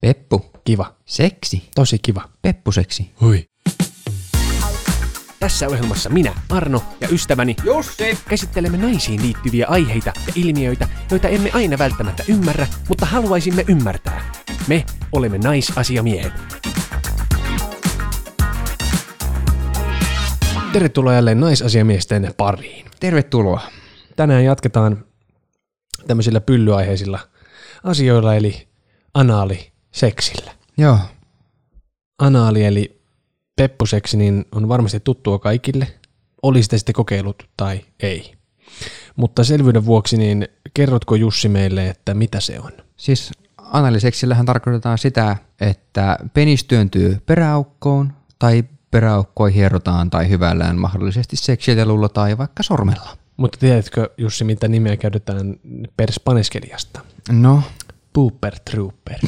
Peppu. Kiva. Seksi. Tosi kiva. Peppuseksi. Hui. Tässä ohjelmassa minä, Arno ja ystäväni Jussi! käsittelemme naisiin liittyviä aiheita ja ilmiöitä, joita emme aina välttämättä ymmärrä, mutta haluaisimme ymmärtää. Me olemme naisasiamiehet. Tervetuloa jälleen naisasiamiesten pariin. Tervetuloa. Tänään jatketaan tämmöisillä pyllyaiheisilla asioilla, eli anaali seksillä. Joo. Anaali eli peppuseksi niin on varmasti tuttua kaikille, oli sitä sitten kokeillut tai ei. Mutta selvyyden vuoksi, niin kerrotko Jussi meille, että mitä se on? Siis analiseksillähän tarkoitetaan sitä, että penis työntyy peräaukkoon tai peräaukkoa hierotaan tai hyvällään mahdollisesti seksitelulla tai vaikka sormella. Mutta tiedätkö Jussi, mitä nimeä käytetään perspaneskelijasta? No, Pooper Trooper.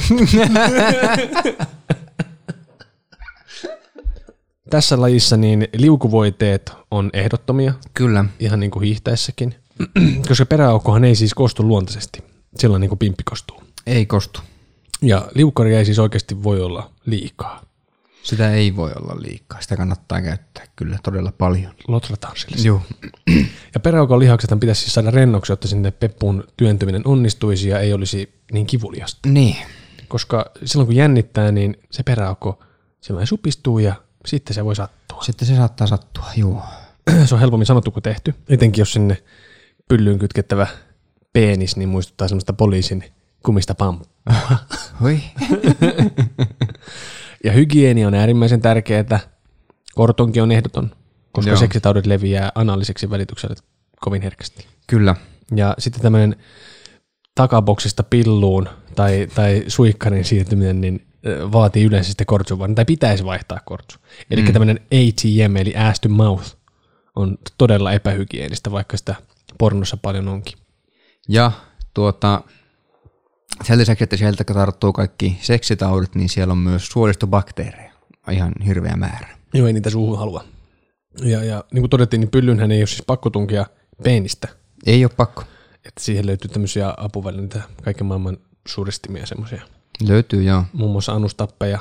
Tässä lajissa niin liukuvoiteet on ehdottomia, kyllä. ihan niin kuin hiihtäessäkin, koska peräaukkohan ei siis kostu luontaisesti, silloin niin kuin pimppi kostuu. Ei kostu. Ja liukkaria ei siis oikeasti voi olla liikaa. Sitä ei voi olla liikaa. Sitä kannattaa käyttää kyllä todella paljon. Lotrataan sille. Joo. Ja peräaukon lihaksethan pitäisi siis saada rennoksi, jotta sinne peppuun työntyminen onnistuisi ja ei olisi niin kivuliasta. Niin. Koska silloin kun jännittää, niin se peräaukko silloin supistuu ja sitten se voi sattua. Sitten se saattaa sattua, joo. se on helpommin sanottu kuin tehty. Etenkin jos sinne pyllyyn kytkettävä penis, niin muistuttaa semmoista poliisin kumista pamppua. Oi. Ja hygienia on äärimmäisen tärkeää. Kortonkin on ehdoton, koska Joo. Joo. seksitaudit leviää analiseksi välitykselle kovin herkästi. Kyllä. Ja sitten tämmöinen takaboksista pilluun tai, tai suikkarin siirtyminen, niin ö, vaatii yleensä sitten kortsun vaihdan- tai pitäisi vaihtaa kortsu. Eli mm. tämmöinen ATM, eli ass to mouth, on todella epähygienistä, vaikka sitä pornossa paljon onkin. Ja tuota, sen lisäksi, että sieltä tarttuu kaikki seksitaudit, niin siellä on myös suolistobakteereja. Ihan hirveä määrä. Joo, ei niitä suuhun halua. Ja, ja niin kuin todettiin, niin pyllynhän ei ole siis pakko tunkea peenistä. Ei ole pakko. Että siihen löytyy tämmöisiä apuvälineitä, kaiken maailman suristimia ja semmoisia. Löytyy, joo. Muun muassa anustappeja,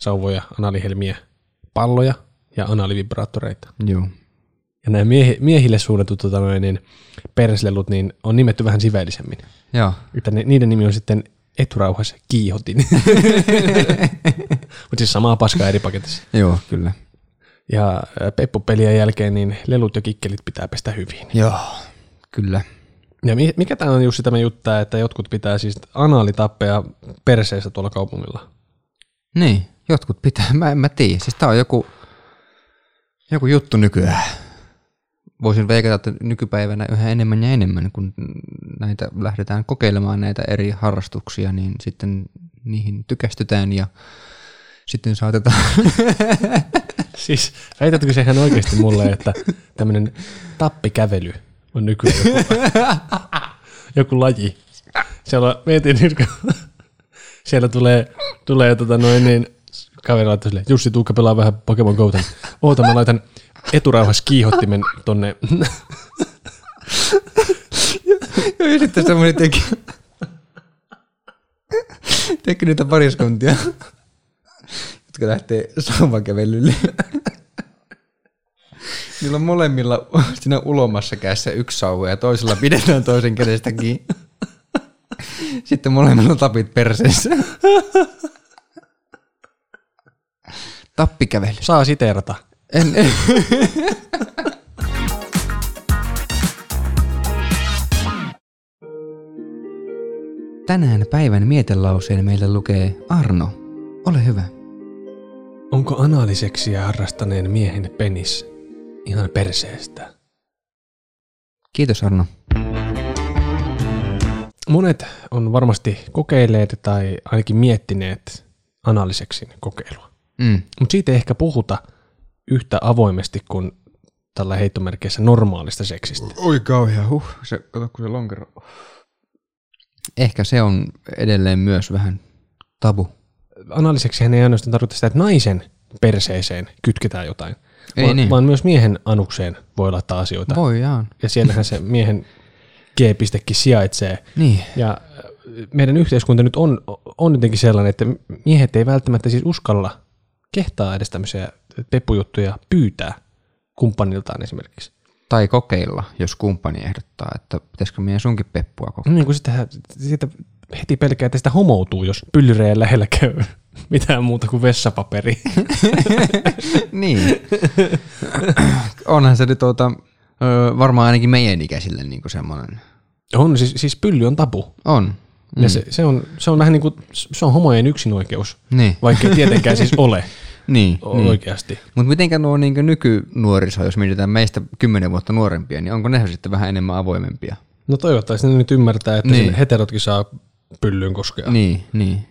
sauvoja, analihelmiä, palloja ja analivibraattoreita. Joo. Ja nämä miehi, miehille suunnatut tota, noin, niin perslelut niin on nimetty vähän siveellisemmin. Joo. Että ni, niiden nimi on sitten eturauhas kiihotin. Mutta siis samaa paskaa eri paketissa. Joo, kyllä. Ja ö, peppupelien jälkeen niin lelut ja kikkelit pitää pestä hyvin. Joo. Kyllä. Ja mi- mikä tämä on just sitä me juttaa, että jotkut pitää siis anaalitappeja perseessä tuolla kaupungilla. Niin, jotkut pitää. Mä en mä tiedä. Siis tää on joku, joku juttu nykyään. Voisin veikata, että nykypäivänä yhä enemmän ja enemmän, kun näitä lähdetään kokeilemaan näitä eri harrastuksia, niin sitten niihin tykästytään ja sitten saatetaan Siis väitätkö se ihan oikeasti mulle, että tämmöinen tappikävely on nykyään joku, joku laji? Siellä mietin nyt, kun siellä tulee, tulee tota noin niin, kaveri laittaa silleen, Jussi Tuukka pelaa vähän Pokemon Go Oota, mä laitan eturauhas kiihottimen tonne. Joo, ja sitten semmoinen teki, teki niitä pariskuntia, jotka lähtee sauvakävelylle. Niillä on molemmilla siinä ulomassa kädessä yksi sauva ja toisella pidetään toisen kädestä kiinni. Sitten molemmilla on tapit perseessä. Tappikävely. Saa siteerata. En, en. Tänään päivän mietelauseen meille lukee Arno, ole hyvä. Onko analiseksiä harrastaneen miehen penis ihan perseestä? Kiitos Arno. Monet on varmasti kokeilleet tai ainakin miettineet analiseksin kokeilua. Mm. Mutta siitä ei ehkä puhuta yhtä avoimesti kuin tällä heittomerkeissä normaalista seksistä. Oi kauhea, huh. Se, kato kun se lonkero. Ehkä se on edelleen myös vähän tabu. Analiseksihän ei ainoastaan tarkoita sitä, että naisen perseeseen kytketään jotain, Ei vaan, niin. vaan myös miehen anukseen voi laittaa asioita. Voidaan. Ja siellähän se miehen G-pistekin sijaitsee. Niin. Ja meidän yhteiskunta nyt on, on jotenkin sellainen, että miehet ei välttämättä siis uskalla kehtaa edes tämmöisiä peppujuttuja pyytää kumppaniltaan esimerkiksi. Tai kokeilla, jos kumppani ehdottaa, että pitäisikö meidän sunkin peppua kokeilla. Niin kuin sitä, sitä heti pelkää, että sitä homoutuu, jos pyllyreen lähellä käy mitään muuta kuin vessapaperi. niin. Onhan se nyt tuota, ö, varmaan ainakin meidän ikäisille niin semmoinen. On, siis, siis pylly on tabu. On. Mm. Ja se, se, on, se on vähän niin kuin, se on homojen yksinoikeus, Niin. vaikka ei tietenkään siis ole Niin. o- oikeasti. Mutta mitenkä nuo niin nykynuoriso, jos mietitään meistä kymmenen vuotta nuorempia, niin onko ne sitten vähän enemmän avoimempia? No toivottavasti ne nyt ymmärtää, että Niin. niin. Mm. heterotkin saa pyllyyn koskea. Niin, niin.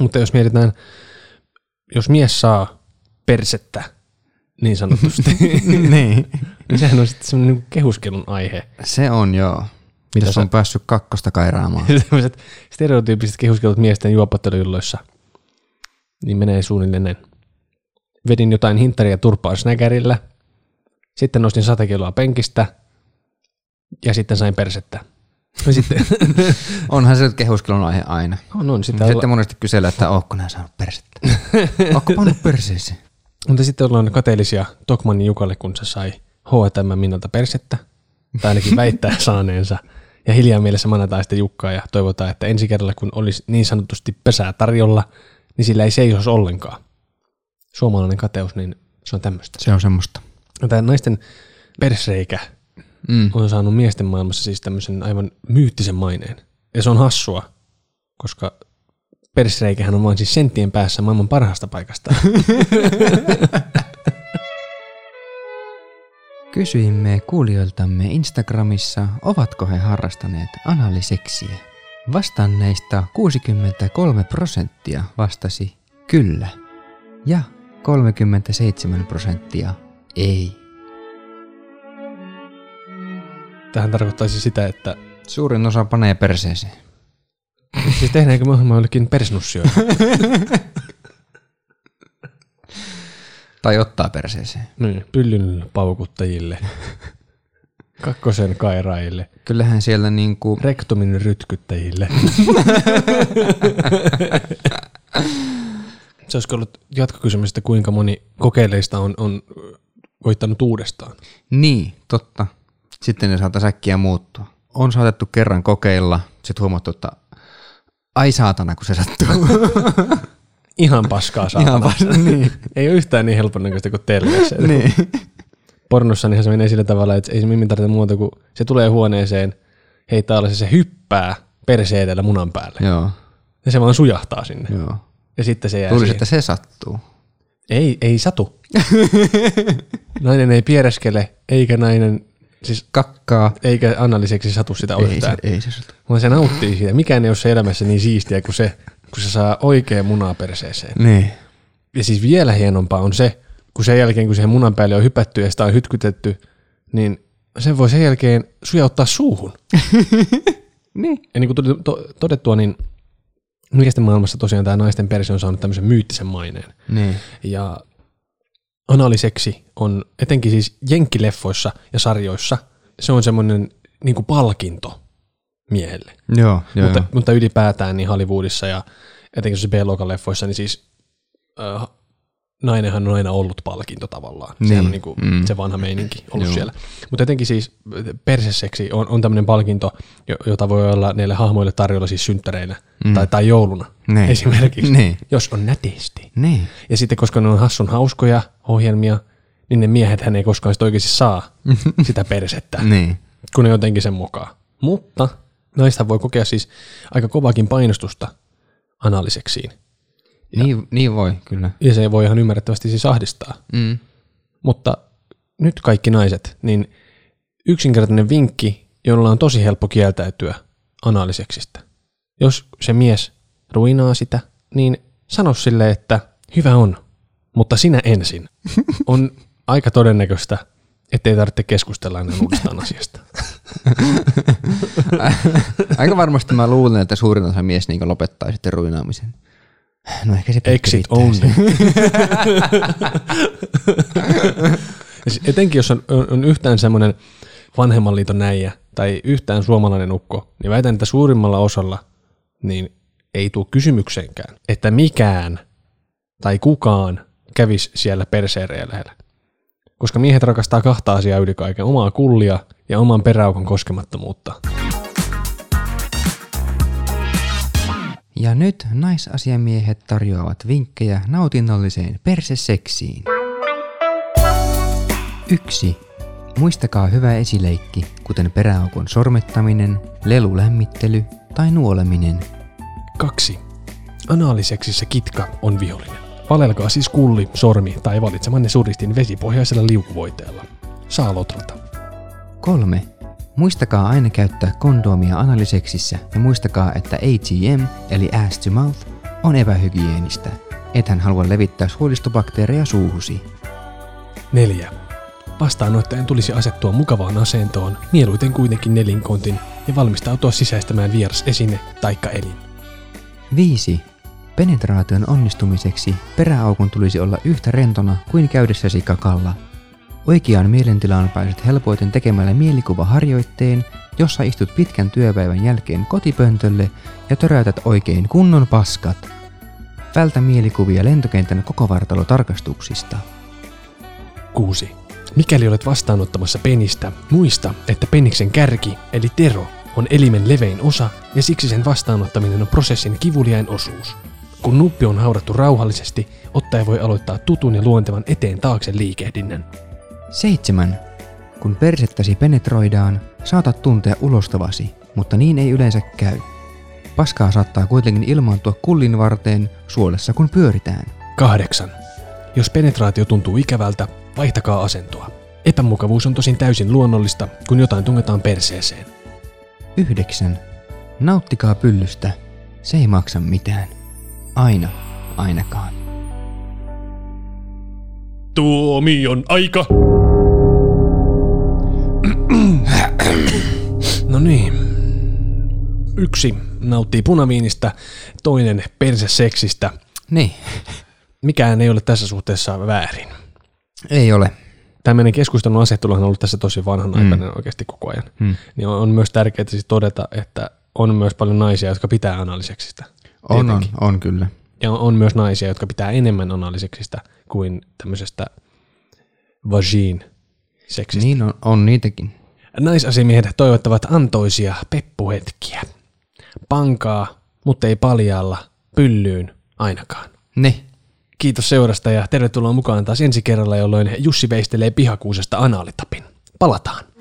Mutta jos mietitään, jos mies saa persettä, niin sanotusti, niin. niin sehän on sitten semmoinen niinku kehuskelun aihe. Se on joo. Mitä Jos on päässyt kakkosta kairaamaan. Tämmöiset stereotyyppiset kehuskelut miesten juopotteluilloissa, niin menee suunnilleen näin. Vedin jotain hinttaria turpaa snäkärillä, sitten nostin 100 kiloa penkistä ja sitten sain persettä. No sitten, Onhan se nyt kehuskelun aihe aina. on, on, sitä Sitten monesti kysellä, että ootko nää saanut persettä? ootko pannut perseesi? Mutta sitten ollaan kateellisia Tokmanin Jukalle, kun se sai H&M Minnalta persettä, tai ainakin väittää saaneensa. Ja hiljaa mielessä manataan sitten Jukkaa ja toivotaan, että ensi kerralla kun olisi niin sanotusti pesää tarjolla, niin sillä ei seisos ollenkaan. Suomalainen kateus, niin se on tämmöistä. Se on semmoista. No Tämä naisten persreikä Mm. on saanut miesten maailmassa siis tämmöisen aivan myyttisen maineen. Ja se on hassua, koska persreikähän on vain siis senttien päässä maailman parhaasta paikasta. Kysyimme kuulijoiltamme Instagramissa, ovatko he harrastaneet analiseksiä. Vastanneista 63 prosenttia vastasi kyllä ja 37 prosenttia ei. Tähän tarkoittaisi sitä, että Suurin osa panee perseeseen. Siis tehdäänkö me ohjelmaa jollekin persnussioille? Tai ottaa perseeseen. niin. Pyllyn paukuttajille. Kakkosen kairaille. Kyllähän siellä niinku, Rektomin rytkyttäjille. Se olisiko ollut jatkokysymys, että kuinka moni kokeileista on, on voittanut uudestaan. niin, totta. Sitten ne saattaa säkkiä muuttua. On saatettu kerran kokeilla, sit huomattu, että ai saatana, kun se sattuu. Ihan paskaa saa. Ihan vasta, niin. Ei ole yhtään niin helpon näköistä kuin telleissä. niin. pornossa niin se menee sillä tavalla, että ei se mimmin tarvitse muuta kuin se tulee huoneeseen, heittää alas ja se hyppää perseedellä munan päälle. Joo, Ja se vaan sujahtaa sinne. joo. Ja sitten se jää Tulisi, siihen. että se sattuu. Ei, ei satu. nainen ei piereskele, eikä nainen, siis Kakkaa. eikä analyseksi satu sitä Ei yhtään. se, ei se satu. Vaan se nauttii siitä. Mikään ei ole se elämässä niin siistiä kuin se, kun se saa oikea munaa perseeseen. Niin. Ja siis vielä hienompaa on se, kun sen jälkeen, kun siihen munan päälle on hypätty ja sitä on hytkytetty, niin sen voi sen jälkeen sujauttaa suuhun. Niin. Ja niin kuin tuli to- todettua, niin miesten maailmassa tosiaan tämä naisten perse on saanut tämmöisen myyttisen maineen. Niin. Ja analiseksi on etenkin siis jenkkileffoissa ja sarjoissa, se on semmoinen niin kuin palkinto miehelle. Joo, joo. Mutta, joo. mutta ylipäätään niin Hollywoodissa ja etenkin se B-luokan leffoissa, niin siis äh, nainenhan on aina ollut palkinto tavallaan. Niin. Sehän Niin, on niin kuin mm. mm. se vanha meininki ollut Joo. siellä. Mutta etenkin siis perseseksi on, on tämmöinen palkinto, jo- jota voi olla niille hahmoille tarjolla siis synttäreinä mm. tai, tai jouluna Niin. niin. esimerkiksi, Niin. niin. jos on nätisti. Niin. Ja sitten koska ne on hassun hauskoja ohjelmia, niin ne miehet hän ei koskaan sitä oikeasti saa sitä persettä, Niin. kun ne jotenkin sen mokaa. Mutta naista voi kokea siis aika kovakin painostusta analiseksiin. Niin, niin voi, kyllä. Ja se voi ihan ymmärrettävästi siis ahdistaa. Mm. Mutta nyt kaikki naiset, niin yksinkertainen vinkki, jolla on tosi helppo kieltäytyä analiseksistä. Jos se mies ruinaa sitä, niin sano sille, että hyvä on, mutta sinä ensin. On aika todennäköistä, ettei tarvitse keskustella enää uudestaan asiasta. Aika varmasti mä luulen, että suurin osa mies niin lopettaa sitten ruinaamisen. No ehkä se Exit riittää. only. Ja siis Etenkin jos on, on, on yhtään semmoinen vanhemman liiton näijä tai yhtään suomalainen ukko, niin väitän, että suurimmalla osalla niin ei tule kysymykseenkään, että mikään tai kukaan kävisi siellä perseen lähellä. Koska miehet rakastaa kahta asiaa yli kaiken, omaa kullia ja oman peräaukon koskemattomuutta. Ja nyt naisasiamiehet tarjoavat vinkkejä nautinnolliseen perseseksiin. 1. Muistakaa hyvä esileikki, kuten peräaukon sormettaminen, lelulämmittely tai nuoleminen. 2. Anaaliseksissä kitka on vihollinen. Valelkaa siis kulli, sormi tai valitsemanne suristin vesipohjaisella liukuvoiteella. Saa lotrata. 3. Muistakaa aina käyttää kondoomia analiseksissä ja muistakaa, että ATM eli ass to mouth on epähygienistä. Ethän halua levittää suolistobakteereja suuhusi. 4. Vastaanottajan tulisi asettua mukavaan asentoon, mieluiten kuitenkin nelinkontin, ja valmistautua sisäistämään vieras esine taikka elin. 5. Penetraation onnistumiseksi peräaukon tulisi olla yhtä rentona kuin käydessäsi kakalla. Oikeaan mielentilaan pääset helpoiten tekemällä mielikuvaharjoitteen, jossa istut pitkän työpäivän jälkeen kotipöntölle ja töräytät oikein kunnon paskat. Vältä mielikuvia lentokentän kokovartalotarkastuksista. 6. Mikäli olet vastaanottamassa penistä, muista, että peniksen kärki, eli tero, on elimen levein osa ja siksi sen vastaanottaminen on prosessin kivuliain osuus. Kun nuppi on haudattu rauhallisesti, ottaja voi aloittaa tutun ja luontevan eteen taakse liikehdinnän. 7. Kun persettäsi penetroidaan, saatat tuntea ulostavasi, mutta niin ei yleensä käy. Paskaa saattaa kuitenkin ilmaantua kullin varteen suolessa kun pyöritään. 8. Jos penetraatio tuntuu ikävältä, vaihtakaa asentoa. Epämukavuus on tosin täysin luonnollista, kun jotain tungetaan perseeseen. 9. Nauttikaa pyllystä. Se ei maksa mitään. Aina, ainakaan. Tuomion aika! No niin. Yksi nauttii punaviinistä, toinen perseseksistä. Niin, Mikään ei ole tässä suhteessa väärin. ei ole. Tämmöinen keskustelun asetteluhan on ollut tässä tosi vanhanaikainen mm. oikeasti koko ajan. Mm. Niin on, on myös tärkeää siis todeta, että on myös paljon naisia, jotka pitää analiseksistä. On, on, on kyllä. Ja on, on myös naisia, jotka pitää enemmän analiseksistä kuin tämmöisestä vagin seksistä. Niin on, on niitäkin. Naisasimiehet toivottavat antoisia peppuhetkiä. Pankaa, mutta ei paljalla, pyllyyn ainakaan. Niin. Kiitos seurasta ja tervetuloa mukaan taas ensi kerralla, jolloin Jussi veistelee pihakuusesta anaalitapin. Palataan!